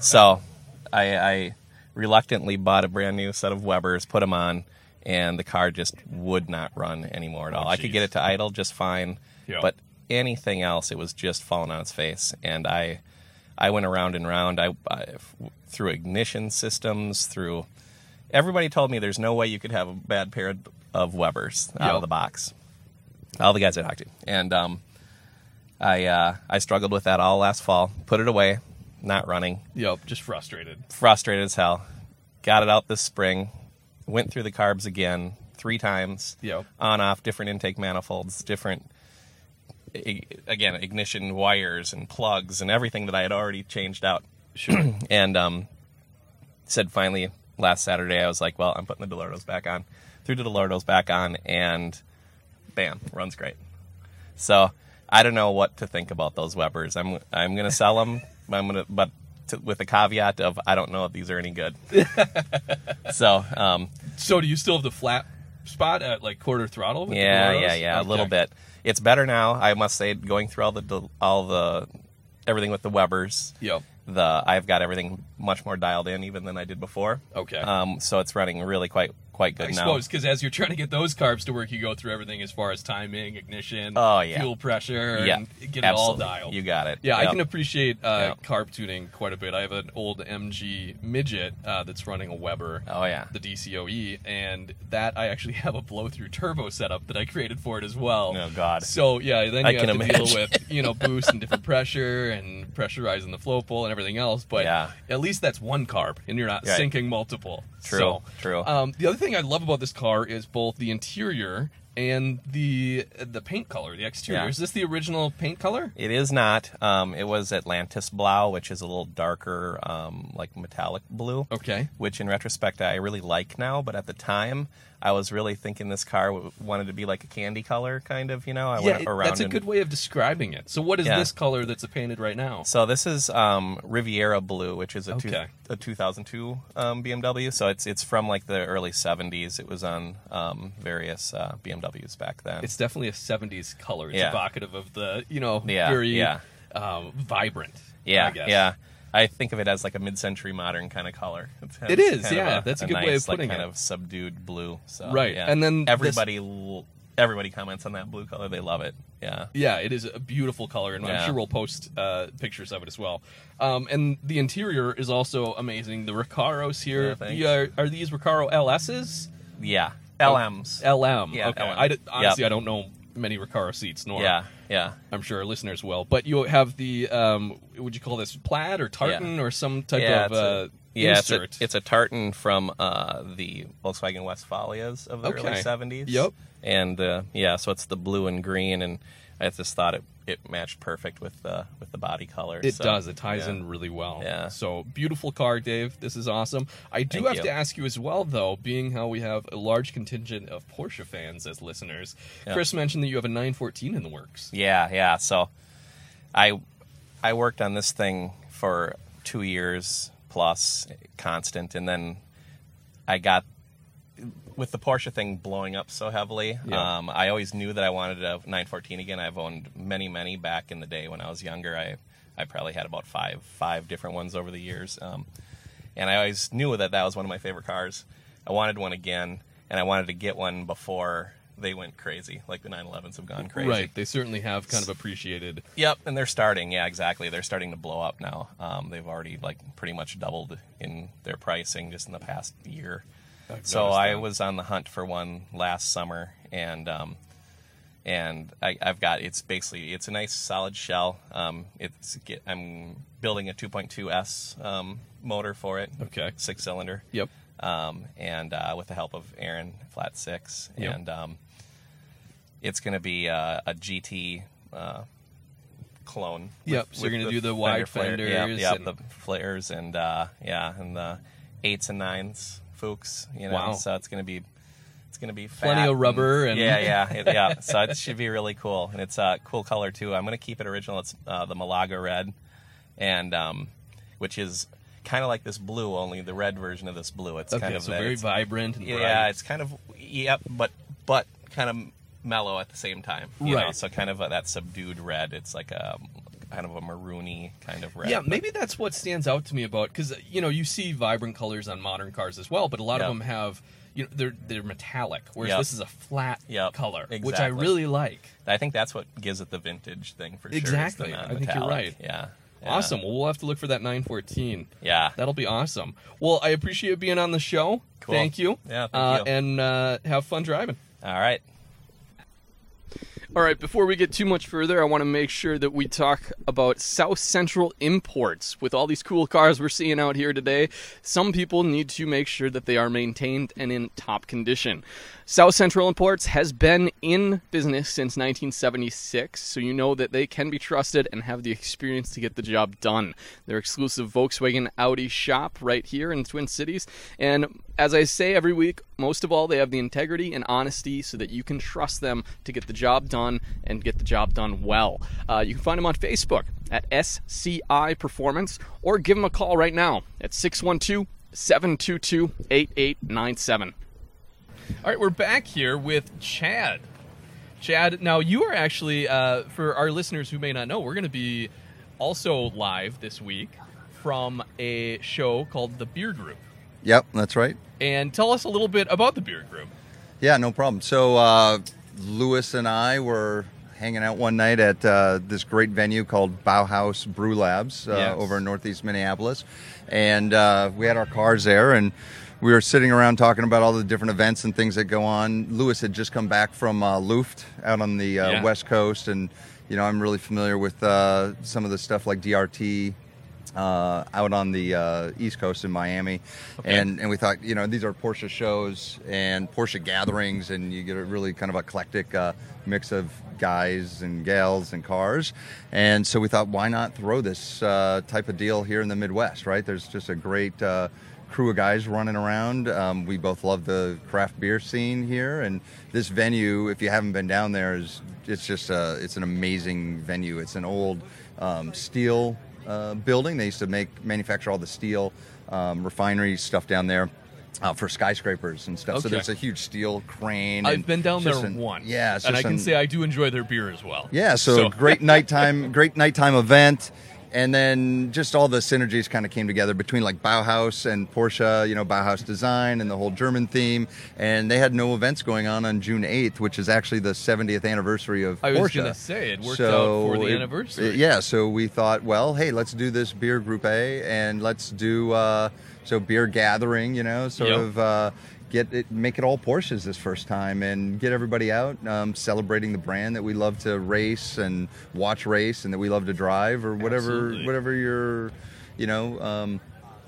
Speaker 3: so I, I reluctantly bought a brand new set of Webers, put them on, and the car just would not run anymore at all. I could
Speaker 1: geez.
Speaker 3: get it to idle just fine,
Speaker 1: Yeah.
Speaker 3: but anything else, it was just falling on its face, and I. I went around and round. I, I through ignition systems, through everybody told me there's no way you could have a bad pair of- of Webers out
Speaker 1: Yep.
Speaker 3: of the box. All the guys I talked to, and um, I uh, I struggled with that all last fall. Put it away, not running.
Speaker 1: Yep. Just frustrated.
Speaker 3: Frustrated as hell. Got it out this spring. Went through the carbs again three times.
Speaker 1: Yep.
Speaker 3: On off different intake manifolds, different i- again ignition wires and plugs and everything that I had already changed out
Speaker 1: Sure.
Speaker 3: and um, said finally last Saturday, I was like, well, I'm putting the Delortos back on. Threw the Delortos back on, and bam, runs great. So I don't know what to think about those Webers. I'm I'm gonna sell them. I'm gonna, but to, with the caveat of I don't know if these are any good. so um,
Speaker 1: So do you still have the flat spot at like quarter throttle? with the
Speaker 3: yeah,
Speaker 1: Camaros?
Speaker 3: yeah, yeah,
Speaker 1: Okay.
Speaker 3: a little bit. It's better now. I must say, going through all the del- all the everything with the Webers,
Speaker 1: Yep.
Speaker 3: the I've got everything much more dialed in even than I did before.
Speaker 1: Okay.
Speaker 3: Um, so it's running really quite quite good
Speaker 1: I
Speaker 3: now.
Speaker 1: suppose because as you're trying to get those carbs to work, you go through everything as far as timing, ignition,
Speaker 3: Oh, yeah.
Speaker 1: fuel pressure,
Speaker 3: yeah,
Speaker 1: and get
Speaker 3: absolutely.
Speaker 1: it all dialed.
Speaker 3: You got it.
Speaker 1: yeah,
Speaker 3: Yep.
Speaker 1: I can appreciate uh,
Speaker 3: Yeah.
Speaker 1: carb tuning quite a bit. I have an old MG midget uh, that's running a Weber,
Speaker 3: Oh yeah.
Speaker 1: the DCOE, E, and that I actually have a blow through turbo setup that I created for it as well.
Speaker 3: Oh God.
Speaker 1: So yeah, then you
Speaker 3: I
Speaker 1: have to
Speaker 3: can
Speaker 1: deal
Speaker 3: imagine.
Speaker 1: with you know boost and different pressure and pressurizing the flow pole and everything else. But
Speaker 3: Yeah.
Speaker 1: at least that's one carb, and you're not
Speaker 3: Right.
Speaker 1: sinking multiple.
Speaker 3: True,
Speaker 1: So,
Speaker 3: true.
Speaker 1: Um, the other thing I love about this car is both the interior and the the paint color, the exterior.
Speaker 3: Yeah.
Speaker 1: Is this the original paint color?
Speaker 3: It is not. Um, it was Atlantis Blau, which is a little darker, um, like metallic blue.
Speaker 1: Okay.
Speaker 3: Which, in retrospect, I really like now. But at the time, I was really thinking this car w- wanted to be like a candy color, kind of. You know, I
Speaker 1: yeah,
Speaker 3: went
Speaker 1: it-
Speaker 3: around.
Speaker 1: that's a
Speaker 3: and-
Speaker 1: good way of describing it. So what is
Speaker 3: Yeah.
Speaker 1: this color that's painted right now?
Speaker 3: So this is um, Riviera Blue, which is a,
Speaker 1: Okay.
Speaker 3: two, a 2002 um, BMW. So it's it's from like the early 70s. It was on um, various uh, BMWs back then.
Speaker 1: It's definitely a '70s color. It's
Speaker 3: Yeah.
Speaker 1: evocative of the you know
Speaker 3: Yeah,
Speaker 1: very
Speaker 3: yeah.
Speaker 1: Um, vibrant.
Speaker 3: yeah,
Speaker 1: I guess.
Speaker 3: yeah. I think of it as like a mid-century modern kind of color. has
Speaker 1: It is,
Speaker 3: kind of
Speaker 1: yeah. That's a good way of
Speaker 3: nice, like,
Speaker 1: putting
Speaker 3: kind
Speaker 1: it.
Speaker 3: of subdued blue. So,
Speaker 1: Right,
Speaker 3: yeah.
Speaker 1: and then this-
Speaker 3: everybody l- everybody comments on that blue color. They love it. Yeah.
Speaker 1: Yeah, it is a beautiful color, and I'm
Speaker 3: Yeah.
Speaker 1: sure we'll post uh, pictures of it as well. Um, and the interior is also amazing. The Recaros
Speaker 3: Yeah,
Speaker 1: here
Speaker 3: thanks.
Speaker 1: the- are, are these Recaro LSs?
Speaker 3: Yeah.
Speaker 1: Oh,
Speaker 3: LMs.
Speaker 1: LM.
Speaker 3: Yeah,
Speaker 1: okay.
Speaker 3: LM.
Speaker 1: I d- honestly,
Speaker 3: Yep.
Speaker 1: I don't know many Recaro seats, nor
Speaker 3: yeah. Yeah.
Speaker 1: I'm sure our listeners will. But you have the, um, would you call this plaid or tartan or some type
Speaker 3: yeah,
Speaker 1: of
Speaker 3: it's a-
Speaker 1: uh,
Speaker 3: yeah, it's a-
Speaker 1: insert?
Speaker 3: It's a, tartan from uh, the Volkswagen Westfalias of the
Speaker 1: Okay.
Speaker 3: early seventies.
Speaker 1: Yep.
Speaker 3: And uh, yeah, so it's the blue and green, and I just thought it, it matched perfect with the with the body color.
Speaker 1: It
Speaker 3: so,
Speaker 1: does. It ties
Speaker 3: yeah.
Speaker 1: in really well.
Speaker 3: Yeah.
Speaker 1: So beautiful car, Dave. This is awesome. I do
Speaker 3: Thank
Speaker 1: have
Speaker 3: you.
Speaker 1: to ask you as well, though, being how we have a large contingent of Porsche fans as listeners.
Speaker 3: Yeah.
Speaker 1: Chris mentioned that you have a 914 in the works.
Speaker 3: Yeah, yeah. So I I worked on this thing for two years plus constant and then I got with the Porsche thing blowing up so heavily,
Speaker 1: Yeah.
Speaker 3: um, I always knew that I wanted a 914 again. I've owned many, many back in the day when I was younger. I, I probably had about five, five different ones over the years, um, and I always knew that that was one of my favorite cars. I wanted one again, and I wanted to get one before they went crazy, like the 911s have gone crazy.
Speaker 1: Right. They certainly have kind of appreciated.
Speaker 3: Yep, and they're starting. Yeah, exactly. They're starting to blow up now. Um, they've already like pretty much doubled in their pricing just in the past year. so
Speaker 1: noticed
Speaker 3: I
Speaker 1: that.
Speaker 3: was on the hunt for one last summer, and um, and I, I've got it's basically it's a nice solid shell. Um, it's get, I'm building a 2.2 S um, motor for it.
Speaker 1: Okay.
Speaker 3: six cylinder
Speaker 1: Yep.
Speaker 3: um, and uh, with the help of Aaron Flat Six,
Speaker 1: Yep.
Speaker 3: and um, it's going to be uh, a GT uh, clone.
Speaker 1: Yep, so you're gonna do the wide fenders
Speaker 3: yeah,
Speaker 1: and-
Speaker 3: the flares, and uh, yeah, and the eights and nines Fuchs. You know,
Speaker 1: Wow.
Speaker 3: so it's going to be it's going to be fat
Speaker 1: Plenty of
Speaker 3: and-
Speaker 1: rubber and-
Speaker 3: yeah, yeah, it- yeah. so it should be really cool, and it's a uh, cool color too. I'm going to keep it original. It's uh, the Malaga red and um, which is kind of like this blue, only the red version of this blue. It's
Speaker 1: Okay.
Speaker 3: kind of
Speaker 1: so
Speaker 3: that-
Speaker 1: very
Speaker 3: it's-
Speaker 1: vibrant and
Speaker 3: yeah,
Speaker 1: bright.
Speaker 3: it's kind of yep, but but kind of mellow at the same time. You Know?
Speaker 1: Right.
Speaker 3: So kind of a, that subdued red. It's like a kind of a maroony kind of red.
Speaker 1: Yeah, maybe that's what stands out to me about because you know you see vibrant colors on modern cars as well, but a lot
Speaker 3: Yeah.
Speaker 1: of them have you know they're they're metallic, whereas
Speaker 3: Yeah.
Speaker 1: this is a flat
Speaker 3: Yeah,
Speaker 1: color, which I
Speaker 3: exactly.
Speaker 1: really like.
Speaker 3: I think that's what gives it the vintage thing for sure. is the
Speaker 1: Exactly. I think you're
Speaker 3: non-metallic.
Speaker 1: right.
Speaker 3: Yeah. Yeah.
Speaker 1: Awesome. Well, we'll have to look for that 914.
Speaker 3: Yeah.
Speaker 1: That'll be awesome. Well, I appreciate you being on the show.
Speaker 3: Cool.
Speaker 1: Thank you.
Speaker 3: Yeah, thank
Speaker 1: uh,
Speaker 3: you.
Speaker 1: And uh, have fun driving.
Speaker 3: All right.
Speaker 1: All right, before we get too much further, I want to make sure that we talk about South Central Imports. With all these cool cars we're seeing out here today, some people need to make sure that they are maintained and in top condition. South Central Imports has been in business since 1976, so you know that they can be trusted and have the experience to get the job done. Their exclusive Volkswagen Audi shop right here in Twin Cities, and as I say every week, most of all, they have the integrity and honesty so that you can trust them to get the job done and get the job done well. Uh, you can find them on Facebook at SCI Performance or give them a call right now at 612 722 8897. All right, we're back here with Chad. Chad, now you are actually, uh, for our listeners who may not know, we're going to be also live this week from a show called The Beer Group.
Speaker 4: Yep, that's right.
Speaker 1: And tell us a little bit about The Beer Group.
Speaker 4: Yeah, no problem. So uh, Lewis and I were hanging out one night at uh, this great venue called Bauhaus Brew Labs uh,
Speaker 1: Yes.
Speaker 4: over in Northeast Minneapolis, and uh, we had our cars there and. We were sitting around talking about all the different events and things that go on. Lewis had just come back from uh, Luft out on the uh,
Speaker 1: Yeah.
Speaker 4: West Coast, and you know I'm really familiar with uh, some of the stuff like DRT uh, out on the uh, East Coast in Miami, and and we thought you know these are Porsche shows and Porsche gatherings, and you get a really kind of eclectic uh, mix of guys and gals and cars, and so we thought why not throw this uh, type of deal here in the Midwest, right? There's just a great. Uh, crew of guys running around um, we both love the craft beer scene here and this venue if you haven't been down there is it's just uh, it's an amazing venue it's an old um, steel uh, building. They used to make manufacture all the steel um, refinery stuff down there uh, for skyscrapers and stuff. So
Speaker 1: Okay.
Speaker 4: there's a huge steel crane. and
Speaker 1: I've been down
Speaker 4: it's
Speaker 1: there
Speaker 4: just an-
Speaker 1: once.
Speaker 4: Yeah, it's
Speaker 1: and I
Speaker 4: just
Speaker 1: can
Speaker 4: an-
Speaker 1: say I do enjoy their beer as well.
Speaker 4: yeah, so, a great nighttime, great nighttime event, and then just all the synergies kind of came together between like Bauhaus and Porsche, you know, Bauhaus design and the whole German theme, and they had no events going on on June eighth, which is actually the 70th anniversary of
Speaker 1: I
Speaker 4: Porsche.
Speaker 1: was gonna say, it worked out for the anniversary.
Speaker 4: yeah, so we thought, well, hey, let's do this beer group A, and let's do uh, so beer gathering, you know, sort
Speaker 1: Yep.
Speaker 4: of. Uh, Get it, make it all Porsches this first time, and get everybody out um, celebrating the brand that we love to race and watch race, and that we love to drive, or whatever,
Speaker 1: Absolutely.
Speaker 4: whatever your, you know, um,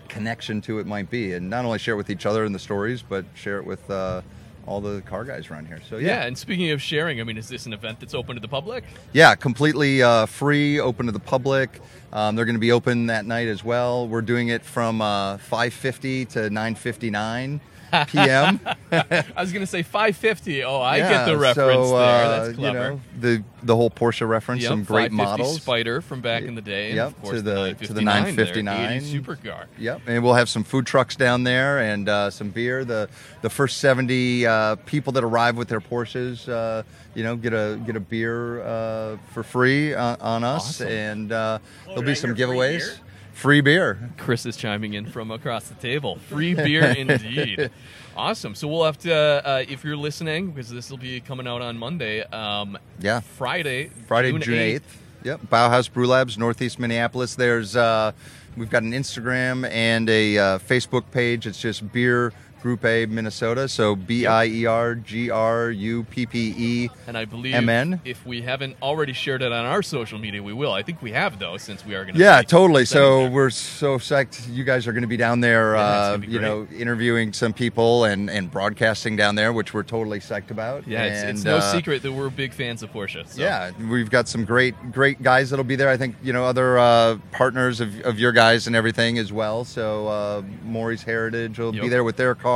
Speaker 4: connection to it might be, and not only share it with each other in the stories, but share it with uh, all the car guys around here. So
Speaker 1: Yeah, and speaking of sharing, I mean, is this an event that's open to the public?
Speaker 4: Yeah, completely uh, free, open to the public. Um, they're going to be open that night as well. We're doing it from uh, 5:50 to 9:59 p.m.
Speaker 1: I was gonna say 550. Oh, I
Speaker 4: Yeah,
Speaker 1: get the
Speaker 4: so,
Speaker 1: reference there.
Speaker 4: uh,
Speaker 1: That's clever.
Speaker 4: You know, the the whole Porsche reference,
Speaker 1: Yep,
Speaker 4: some great
Speaker 1: 550
Speaker 4: models.
Speaker 1: Spider from back in the day. and
Speaker 4: Yep,
Speaker 1: of course,
Speaker 4: to the- to the
Speaker 1: 959 there, 80 supercar.
Speaker 4: Yep, and we'll have some food trucks down there and uh, some beer. The the first seventy uh, people that arrive with their Porsches, uh, you know, get a get a beer uh, for free uh, on us,
Speaker 1: Awesome.
Speaker 4: and uh, there'll
Speaker 2: did
Speaker 4: be
Speaker 2: I
Speaker 4: some
Speaker 2: hear free
Speaker 4: giveaways.
Speaker 2: beer?
Speaker 4: Free beer.
Speaker 1: Chris is chiming in from across the table. Free beer indeed. awesome. So we'll have to, uh, if you're listening, because this will be coming out on Monday. Um,
Speaker 4: Yeah.
Speaker 1: Friday.
Speaker 4: Friday, June eighth. Yep, Bauhaus Brew Labs, Northeast Minneapolis. There's uh, we've got an Instagram and a uh, Facebook page. It's just Beer Group A Minnesota. So B I E R G R U P P E.
Speaker 1: And I believe
Speaker 4: MN?
Speaker 1: if we haven't already shared it on our social media, we will. I think we have though, since we are going to.
Speaker 4: Yeah, totally. So we're so psyched. You guys are going to be down there,
Speaker 1: Yeah, it's
Speaker 4: uh,
Speaker 1: gonna be
Speaker 4: you know, interviewing some people and, and broadcasting down there, which we're totally psyched about.
Speaker 1: yeah, it's, it's
Speaker 4: And,
Speaker 1: no
Speaker 4: uh,
Speaker 1: secret that we're big fans of Porsche. So.
Speaker 4: Yeah, we've got some great, great guys that'll be there. I think you know other uh, partners of, of your guys and everything as well. So uh, Maury's Heritage will be
Speaker 1: Yep.
Speaker 4: there with their cars.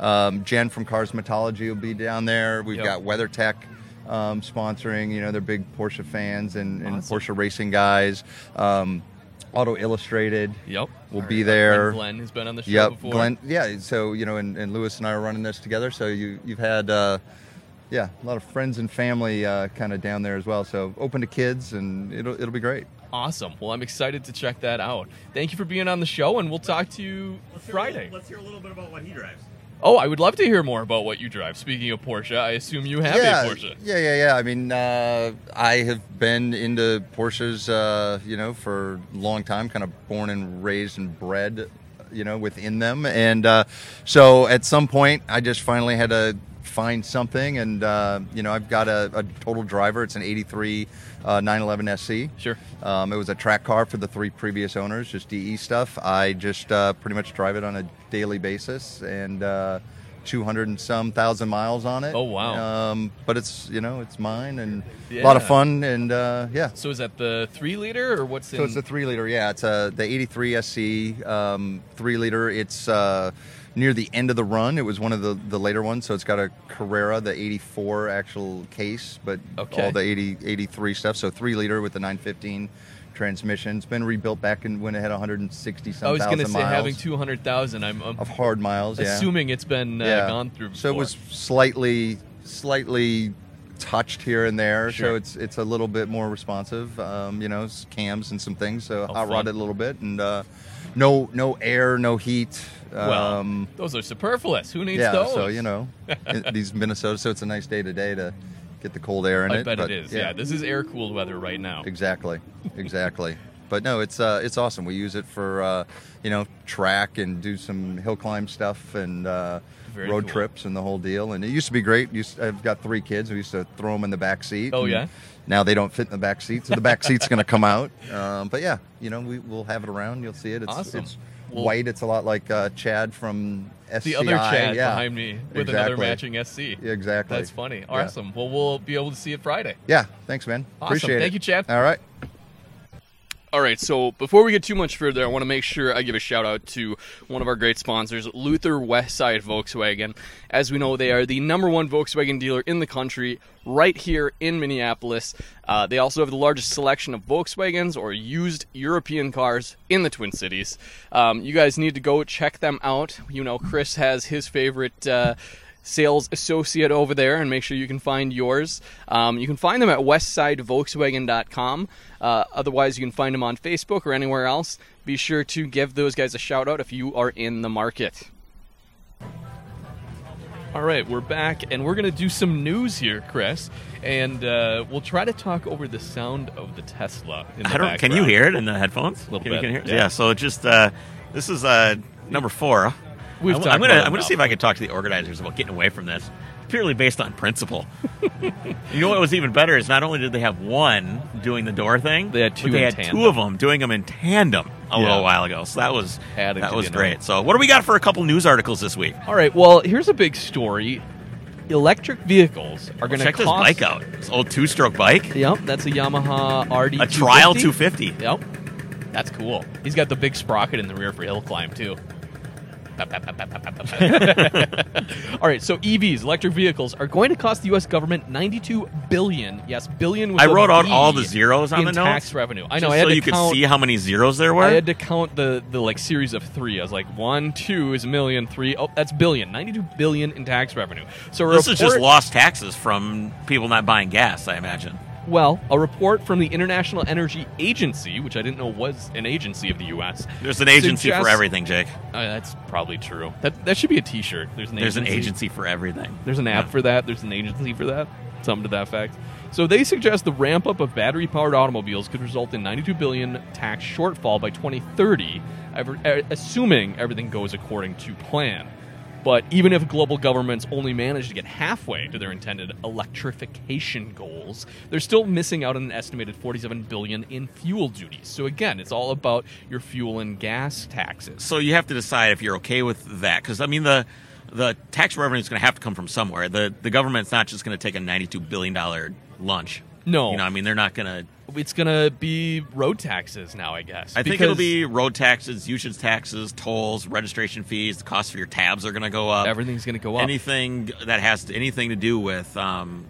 Speaker 4: Um, Jen from Carsmatology will be down there. We've
Speaker 1: Yep.
Speaker 4: got WeatherTech um, sponsoring. You know, they're big Porsche fans and, and
Speaker 1: Awesome.
Speaker 4: Porsche racing guys. Um, Auto Illustrated
Speaker 1: Yep.
Speaker 4: will
Speaker 1: Our-
Speaker 4: be
Speaker 1: our friend
Speaker 4: there.
Speaker 1: Glenn has been on the show
Speaker 4: Yep,
Speaker 1: before.
Speaker 4: Glenn. Yeah, so you know, and, and Lewis and I are running this together. So you you've had, uh, yeah, a lot of friends and family uh, kind of down there as well. So open to kids, and it'll it'll be great.
Speaker 1: Awesome. Well, I'm excited to check that out. Thank you for being on the show, and we'll talk to you Friday.
Speaker 2: Let's hear a little bit about what he drives.
Speaker 1: Oh, I would love to hear more about what you drive. Speaking of Porsche, I assume you have
Speaker 4: yeah,
Speaker 1: a Porsche.
Speaker 4: yeah, yeah, yeah. I mean, uh, I have been into Porsches, uh, you know, for a long time. Kind of born and raised and bred, you know, within them. And uh, so at some point, I just finally had to find something. And uh, you know, I've got a, a total driver. It's an '83 uh, 911 SC.
Speaker 1: Sure.
Speaker 4: Um, it was a track car for the three previous owners, just DE stuff. I just uh, pretty much drive it on a daily basis and uh, 200 and some thousand miles on it.
Speaker 1: Oh, wow.
Speaker 4: Um, but it's, you know, it's mine and a lot of
Speaker 1: Yeah.
Speaker 4: fun. And uh, yeah.
Speaker 1: So is that the three liter or what's in?
Speaker 4: So it's a three liter, yeah. It's a, the 83 SC um, three liter. It's uh, near the end of the run. It was one of the, the later ones, so it's got a Carrera, the 84 actual case, but
Speaker 1: Okay.
Speaker 4: all the 80, 83 stuff. So three liter with the 915 transmission. It's been rebuilt back and went ahead 160 some
Speaker 1: I was
Speaker 4: going
Speaker 1: gonna
Speaker 4: to
Speaker 1: say having two hundred thousand. I'm, I'm
Speaker 4: of hard miles. Yeah.
Speaker 1: assuming it's been uh, gone through. Before.
Speaker 4: So it was slightly, slightly touched here and there.
Speaker 1: Sure.
Speaker 4: So it's it's a little bit more responsive. Um, you know, s- cams and some things. So
Speaker 1: Oh,
Speaker 4: hot
Speaker 1: fun.
Speaker 4: rodded a little bit, and uh, no no air, no heat.
Speaker 1: well,
Speaker 4: Um,
Speaker 1: those are superfluous. Who needs
Speaker 4: yeah.
Speaker 1: those?
Speaker 4: So you know, in- these Minnesota. So it's a nice day today to get the cold air in
Speaker 1: I
Speaker 4: it.
Speaker 1: bet
Speaker 4: but,
Speaker 1: it is. Yeah. this is air cooled weather right now.
Speaker 4: Exactly, exactly. but no, it's uh, it's awesome. We use it for uh, you know track and do some hill climb stuff and uh,
Speaker 1: Very
Speaker 4: road
Speaker 1: cool.
Speaker 4: trips and the whole deal. And it used to be great. Used I've got three kids. We used to throw them in the back seat.
Speaker 1: Oh,
Speaker 4: and
Speaker 1: yeah?
Speaker 4: Now they don't fit in the back seat, so the back seat's going to come out. Um, but yeah, you know we we'll have it around. You'll see it. It's,
Speaker 1: Awesome.
Speaker 4: it's
Speaker 1: Well-
Speaker 4: white. It's a lot like uh, Chad from SCI.
Speaker 1: The other Chad
Speaker 4: yeah.
Speaker 1: behind me with another
Speaker 4: Exactly.
Speaker 1: matching SC.
Speaker 4: Yeah, exactly.
Speaker 1: That's funny.
Speaker 4: Yeah.
Speaker 1: Awesome. Well, we'll be able to see it Friday.
Speaker 4: Yeah. Thanks, man.
Speaker 1: Awesome.
Speaker 4: Appreciate it.
Speaker 1: Thank you, Chad.
Speaker 4: All right.
Speaker 1: All right, so before we get too much further, I want to make sure I give a shout out to one of our great sponsors, Luther Westside Volkswagen. As we know, they are the number one Volkswagen dealer in the country, right here in Minneapolis. Uh, they also have the largest selection of Volkswagens or used European cars in the Twin Cities. Um, you guys need to go check them out. You know, Chris has his favorite. Uh, sales associate over there and make sure you can find yours. Um, you can find them at westsidevolkswagen.com. Uh, otherwise, you can find them on Facebook or anywhere else. Be sure to give those guys a shout out if you are in the market. All right, we're back and we're going to do some news here, Chris. And uh, we'll try to talk over the sound of the Tesla. In the
Speaker 2: I don't. Can you
Speaker 1: background.
Speaker 2: hear it in the headphones?
Speaker 1: Little
Speaker 2: can,
Speaker 1: bit,
Speaker 2: You can hear it?
Speaker 1: yeah.
Speaker 2: Yeah. So just uh, this is uh, number four.
Speaker 1: We've
Speaker 2: I'm,
Speaker 1: talked
Speaker 2: I'm gonna.
Speaker 1: about
Speaker 2: I'm
Speaker 1: it
Speaker 2: gonna
Speaker 1: now.
Speaker 2: see if I can talk to the organizers about getting away from this purely based on principle. you know what was even better is not only did they have one doing the door thing,
Speaker 1: They had
Speaker 2: but
Speaker 1: two
Speaker 2: They
Speaker 1: in
Speaker 2: had
Speaker 1: tandem.
Speaker 2: two of them doing them in tandem a
Speaker 1: Yeah.
Speaker 2: little while ago. So that was
Speaker 1: Added to
Speaker 2: that
Speaker 1: the
Speaker 2: was
Speaker 1: number.
Speaker 2: great. So what do we got for a couple news articles this week?
Speaker 1: All right, well, here's a big story. Electric vehicles are going to
Speaker 2: Check this
Speaker 1: cost-
Speaker 2: bike out. This old two-stroke bike,
Speaker 1: Yep, that's a Yamaha RD.
Speaker 2: a trial
Speaker 1: 250.
Speaker 2: 250.
Speaker 1: Yep. That's cool. He's got the big sprocket in the rear for hill climb too. Pop, pop, pop, pop, pop, pop, pop. All right, so EVs, electric vehicles, are going to cost the U.S. government 92 billion. Yes, billion. With
Speaker 2: I
Speaker 1: a
Speaker 2: wrote out
Speaker 1: B
Speaker 2: all the zeros on
Speaker 1: in
Speaker 2: the notes.
Speaker 1: tax revenue. I know.
Speaker 2: Just
Speaker 1: I had
Speaker 2: so
Speaker 1: to
Speaker 2: you
Speaker 1: count,
Speaker 2: could see how many zeros there were.
Speaker 1: I had to count the the like series of three. I was like one, two is a million, three. Oh, that's billion. 92 billion in tax revenue. So a
Speaker 2: This is just
Speaker 1: report-
Speaker 2: lost taxes from people not buying gas, I imagine.
Speaker 1: Well, a report from the International Energy Agency, which I didn't know was an agency of the U.S.
Speaker 2: There's an agency
Speaker 1: suggests-
Speaker 2: for everything, Jake.
Speaker 1: Uh, that's probably true. That that should be a T-shirt. There's an
Speaker 2: There's an
Speaker 1: agency.
Speaker 2: agency for everything.
Speaker 1: There's an app
Speaker 2: Yeah.
Speaker 1: for that. There's an agency for that. Something to that fact. So they suggest the ramp up of battery powered automobiles could result in 92 billion tax shortfall by 2030, ever, er, assuming everything goes according to plan. But even if global governments only manage to get halfway to their intended electrification goals, they're still missing out on an estimated 47 billion in fuel duties. So again, it's all about your fuel and gas taxes.
Speaker 2: So you have to decide if you're okay with that, because I mean the the tax revenue is going to have to come from somewhere. the The government's not just going to take a 92 billion dollar lunch.
Speaker 1: No.
Speaker 2: you know, I mean they're not going to.
Speaker 1: It's gonna be road taxes now, I guess.
Speaker 2: I think it'll be
Speaker 1: because-
Speaker 2: road taxes, usage taxes, tolls, registration fees. The cost for your tabs are going to go up.
Speaker 1: everything's going to go up.
Speaker 2: Anything that has to, anything to do with um,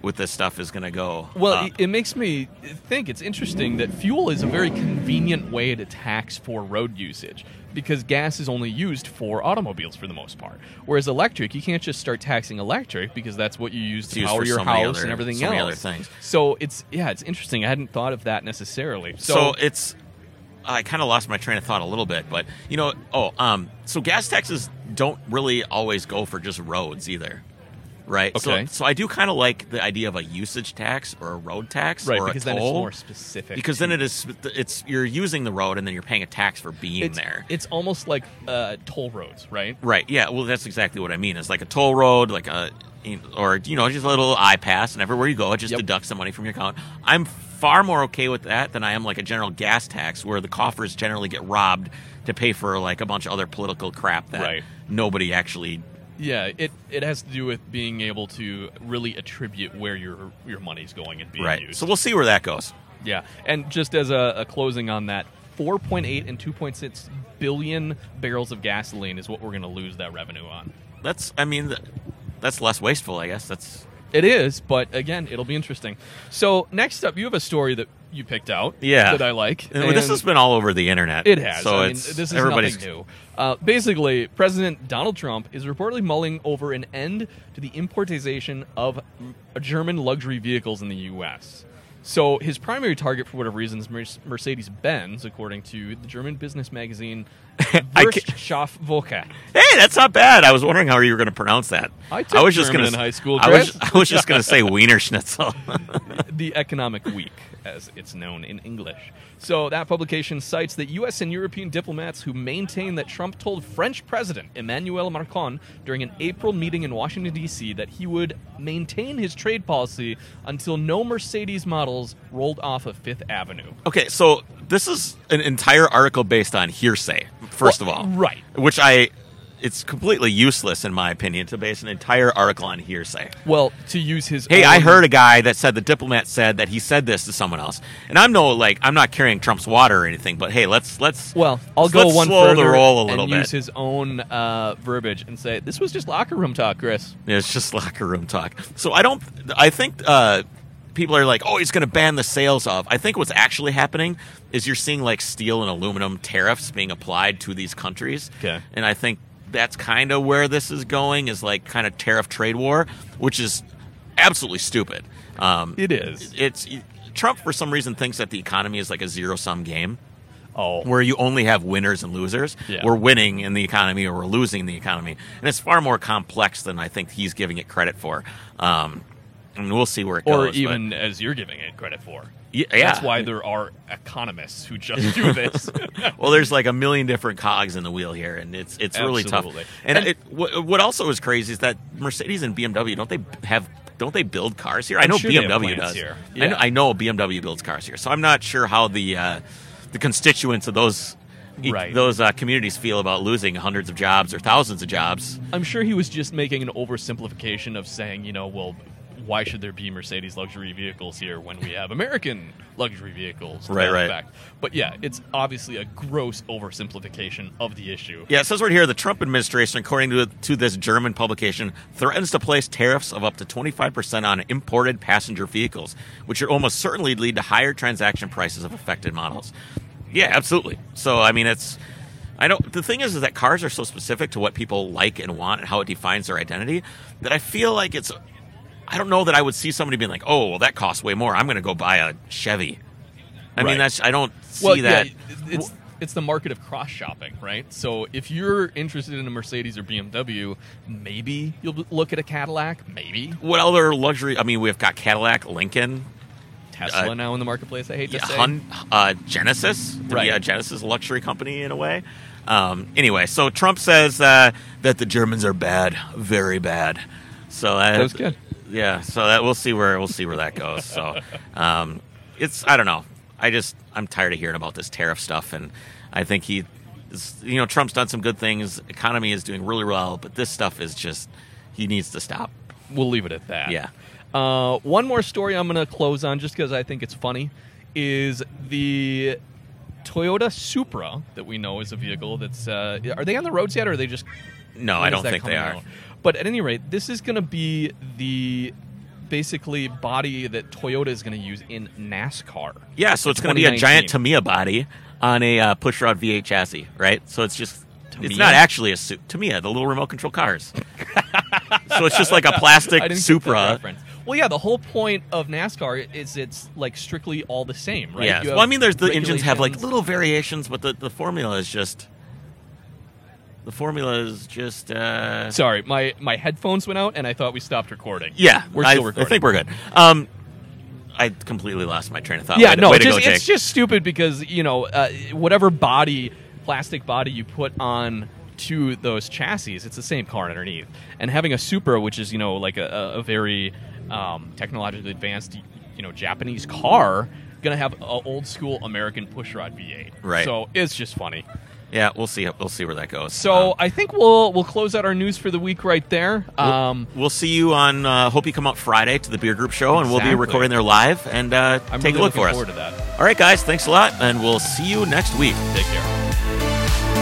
Speaker 2: with this stuff is going to go.
Speaker 1: well,
Speaker 2: up.
Speaker 1: it, it makes me think it's interesting that fuel is a very convenient way to tax for road usage because gas is only used for automobiles for the most part. Whereas electric, you can't just start taxing electric because that's what you use to
Speaker 2: used
Speaker 1: power
Speaker 2: for
Speaker 1: your
Speaker 2: so many
Speaker 1: house
Speaker 2: other-
Speaker 1: and everything
Speaker 2: so
Speaker 1: else.
Speaker 2: many other things.
Speaker 1: So it's yeah, it's interesting. I hadn't thought of that necessarily.
Speaker 2: so, it's I kind of lost my train of thought a little bit, but you know, oh, um, so gas taxes don't really always go for just roads either, right?
Speaker 1: Okay.
Speaker 2: So, so I do kind of like the idea of a usage tax or a road tax,
Speaker 1: right
Speaker 2: or a
Speaker 1: because then it's
Speaker 2: toll,
Speaker 1: more specific.
Speaker 2: Because then it is, it's you're using the road and then you're paying a tax for being
Speaker 1: it's,
Speaker 2: there.
Speaker 1: it's almost like uh, toll roads, right?
Speaker 2: Right. Yeah. Well, that's exactly what I mean. It's like a toll road, like a, or you know, just a little I pass, and everywhere you go, it just
Speaker 1: Yep.
Speaker 2: deducts some money from your account. I'm far more okay with that than I am like a general gas tax, where the coffers generally get robbed to pay for like a bunch of other political crap that
Speaker 1: Right.
Speaker 2: nobody actually.
Speaker 1: Yeah, it it has to do with being able to really attribute where your your money's going and being
Speaker 2: right.
Speaker 1: used.
Speaker 2: So we'll see where that goes.
Speaker 1: Yeah, and just as a, a closing on that, 4.8 and 2.6 billion barrels of gasoline is what we're going to lose that revenue on.
Speaker 2: That's I mean, th- that's less wasteful, I guess. That's
Speaker 1: It is, but again, it'll be interesting. So next up, you have a story that you picked out.
Speaker 2: Yeah.
Speaker 1: that I like.
Speaker 2: and this
Speaker 1: and-
Speaker 2: has been all over the internet.
Speaker 1: It has.
Speaker 2: So
Speaker 1: I mean,
Speaker 2: it's
Speaker 1: this is
Speaker 2: everybody's
Speaker 1: nothing new. Uh, basically, President Donald Trump is reportedly mulling over an end to the importation of German luxury vehicles in the U.S. So his primary target, for whatever reason, is Mer- Mercedes-Benz, according to the German business magazine
Speaker 2: I ca-
Speaker 1: Wirtschaftswoche.
Speaker 2: Hey, that's not bad. I was wondering how you were going to pronounce that.
Speaker 1: I took
Speaker 2: was just
Speaker 1: German
Speaker 2: gonna,
Speaker 1: in high school,
Speaker 2: I was,
Speaker 1: Chris.
Speaker 2: I was just going to say Wiener Schnitzel.
Speaker 1: the Economic Week, as it's known in English. So that publication cites that U.S. and European diplomats who maintain that Trump told French President Emmanuel Macron during an April meeting in Washington D.C. that he would maintain his trade policy until no Mercedes models rolled off of Fifth Avenue.
Speaker 2: okay, so this is an entire article based on hearsay. First
Speaker 1: Well,
Speaker 2: of all,
Speaker 1: right.
Speaker 2: Which I, it's completely useless in my opinion to base an entire article on hearsay.
Speaker 1: Well, to use his
Speaker 2: Hey,
Speaker 1: own-
Speaker 2: I heard a guy that said the diplomat said that he said this to someone else, and I'm no like I'm not carrying Trump's water or anything, but hey, let's let's
Speaker 1: Well, I'll go
Speaker 2: let's
Speaker 1: one
Speaker 2: slow
Speaker 1: further
Speaker 2: the roll a little
Speaker 1: and
Speaker 2: bit.
Speaker 1: use his own uh, verbiage and say this was just locker room talk, Chris.
Speaker 2: Yeah, It's just locker room talk. So I don't. I think uh, people are like, "Oh, he's going to ban the sales of." I think what's actually happening is you're seeing like steel and aluminum tariffs being applied to these countries.
Speaker 1: Okay.
Speaker 2: And I think that's kind of where this is going is like kind of tariff trade war, which is absolutely stupid. Um,
Speaker 1: It is.
Speaker 2: It's Trump for some reason thinks that the economy is like a zero sum game
Speaker 1: Oh,
Speaker 2: where you only have winners and losers.
Speaker 1: Yeah.
Speaker 2: We're winning in the economy or we're losing in the economy. And it's far more complex than I think he's giving it credit for. Um, and we'll see where it
Speaker 1: or
Speaker 2: goes. but-
Speaker 1: even as you're giving it credit for.
Speaker 2: Y-
Speaker 1: That's
Speaker 2: yeah.
Speaker 1: why there are economists who just do this.
Speaker 2: well, there's like a million different cogs in the wheel here, and it's it's really
Speaker 1: Absolutely.
Speaker 2: tough. And,
Speaker 1: And-
Speaker 2: it, what, what also is crazy is that Mercedes and BMW don't they have don't they build cars here? I
Speaker 1: I'm
Speaker 2: know
Speaker 1: sure they have
Speaker 2: BMW
Speaker 1: plants
Speaker 2: does.
Speaker 1: here.
Speaker 2: I,
Speaker 1: Yeah.
Speaker 2: know, I know BMW builds cars here, so I'm not sure how the uh, the constituents of those. e-
Speaker 1: Right.
Speaker 2: Those uh, communities feel about losing hundreds of jobs or thousands of jobs.
Speaker 1: I'm sure he was just making an oversimplification of saying, you know, well, why should there be Mercedes luxury vehicles here when we have American luxury vehicles? to
Speaker 2: Right,
Speaker 1: that
Speaker 2: right.
Speaker 1: effect? But yeah, it's obviously a gross oversimplification of the issue.
Speaker 2: Yeah, it says right here the Trump administration, according to, to this German publication, threatens to place tariffs of up to 25% on imported passenger vehicles, which should almost certainly lead to higher transaction prices of affected models. Yeah, absolutely. So, I mean, it's. I don't. The thing is, is that cars are so specific to what people like and want and how it defines their identity that I feel like it's. I don't know that I would see somebody being like, "Oh, well, that costs way more. I'm going to go buy a Chevy." I
Speaker 1: Right.
Speaker 2: mean, that's. I don't see
Speaker 1: well,
Speaker 2: that.
Speaker 1: yeah, it's it's the market of cross shopping, right? So if you're interested in a Mercedes or BMW, maybe you'll look at a Cadillac, maybe
Speaker 2: what other luxury? I mean, we've got Cadillac, Lincoln,
Speaker 1: Tesla
Speaker 2: Uh,
Speaker 1: now in the marketplace. I hate to
Speaker 2: yeah,
Speaker 1: say.
Speaker 2: Hun, uh, Genesis,
Speaker 1: Right.
Speaker 2: Yeah, Genesis, is a luxury company in a way. Um, anyway, so Trump says uh, that the Germans are bad, very bad. So uh,
Speaker 1: That was good.
Speaker 2: Yeah, so that we'll see where we'll see where that goes. So um, it's I don't know. I just I'm tired of hearing about this tariff stuff, and I think he, is, you know, Trump's done some good things. Economy is doing really well, but this stuff is just he needs to stop.
Speaker 1: we'll leave it at that.
Speaker 2: Yeah.
Speaker 1: Uh, one more story I'm going to close on just because I think it's funny is the Toyota Supra that we know is a vehicle that's. Uh, are they on the roads yet or are they just.
Speaker 2: No, Oh,
Speaker 1: when
Speaker 2: I
Speaker 1: is
Speaker 2: don't
Speaker 1: that
Speaker 2: think they
Speaker 1: coming
Speaker 2: are.
Speaker 1: out? But at any rate, this is going to be the basically body that Toyota is going to use in NASCAR.
Speaker 2: Yeah, so it's going to be a giant
Speaker 1: 2019.
Speaker 2: Tamiya body on a uh, push rod V8 chassis, E, right? So it's just
Speaker 1: Tamiya?
Speaker 2: it's not actually a suit. Tamiya, the little remote control cars. so it's just like a plastic
Speaker 1: I didn't get that
Speaker 2: Supra.
Speaker 1: reference. Well, yeah, the whole point of NASCAR is it's like strictly all the same, right?
Speaker 2: Yeah.
Speaker 1: You
Speaker 2: Well, I mean, there's the engines have like
Speaker 1: regulations.
Speaker 2: little variations, but the, the formula is just the formula is just. Uh,
Speaker 1: Sorry, my my headphones went out, and I thought we stopped recording.
Speaker 2: yeah,
Speaker 1: we're
Speaker 2: I,
Speaker 1: still recording.
Speaker 2: I think we're good. Um, I completely lost my train of thought.
Speaker 1: yeah,
Speaker 2: Way to-
Speaker 1: no,
Speaker 2: way
Speaker 1: it's
Speaker 2: to
Speaker 1: just,
Speaker 2: go, Jake.
Speaker 1: it's just stupid because you know uh, whatever body, plastic body you put on to those chassis, it's the same car underneath. And having a Supra, which is you know like a, a- a very um, technologically advanced you know Japanese car, gonna have an old school American pushrod V8.
Speaker 2: Right.
Speaker 1: So it's just funny.
Speaker 2: Yeah, we'll see. We'll see where that goes.
Speaker 1: So
Speaker 2: Um,
Speaker 1: I think we'll we'll close out our news for the week right there. Um,
Speaker 2: we'll see you on. Uh, hope you come up Friday to the beer group show, and we'll be
Speaker 1: Exactly.
Speaker 2: recording there live. And uh,
Speaker 1: I'm
Speaker 2: take
Speaker 1: really
Speaker 2: a look
Speaker 1: looking
Speaker 2: for us.
Speaker 1: forward to that.
Speaker 2: All right, guys. Thanks a lot, and we'll see you next week.
Speaker 1: Take care.